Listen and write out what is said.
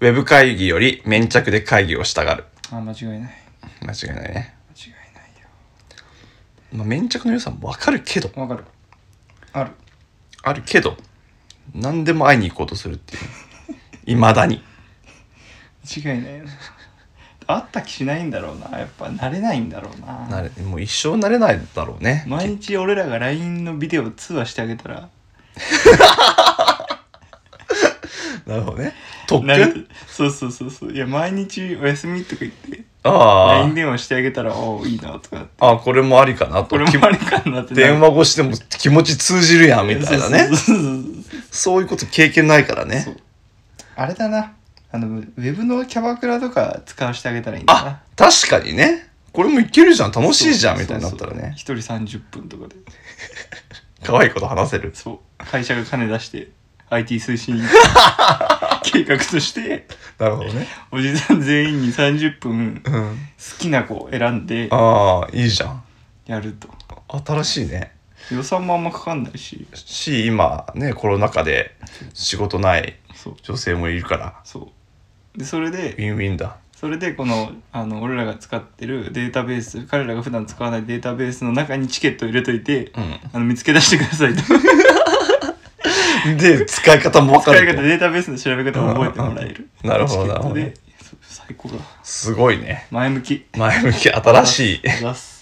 ウェブ会議より粘着で会議をしたがる。あ間違い間違いないないね。間違いないよまあ、粘着の良さもわかるけど、わかるあるあるけど、何でも会いに行こうとするっていう。いまだに。間違いないよあった気しないんだろうなやっぱ慣れないんだろうななれ、もう一生慣れないだろうね。毎日俺らが LINE のビデオ通話してあげたらなるほどね。特慣れて権そうそうそうそういや毎日お休みとか言ってあ LINE 電話してあげたらおおいいなとかあ。ああ、これもありかなと。これもあれかなってなる電話越しでも気持ち通じるやんみたいなねそうそうそうそうそういうこと経験ないからそうねあれだなあのウェブのキャバクラとか使わせてあげたらいいんだあな確かにねこれもいけるじゃん楽しいじゃんみたいになそっうそうたらねそう一人30分とかで可愛いこと話せるそう会社が金出して IT 推進計画としてなるほどねおじさん全員に30分好うんきな子を選んでああいいじゃんやると新しいね予算もあんまかかんないしし今ねコロナ禍で仕事ないそう女性もいるからそうでそれでウィンウィンだそれでこのあの俺らが使ってるデータベース彼らが普段使わないデータベースの中にチケットを入れといて、うんあの見つけ出してくださいとで使い方も分か使いる方とデータベースの調べ方を覚えてもらえるうんなるほどチケットでなるそう最高だすごいね前向き前向き新しいあざっす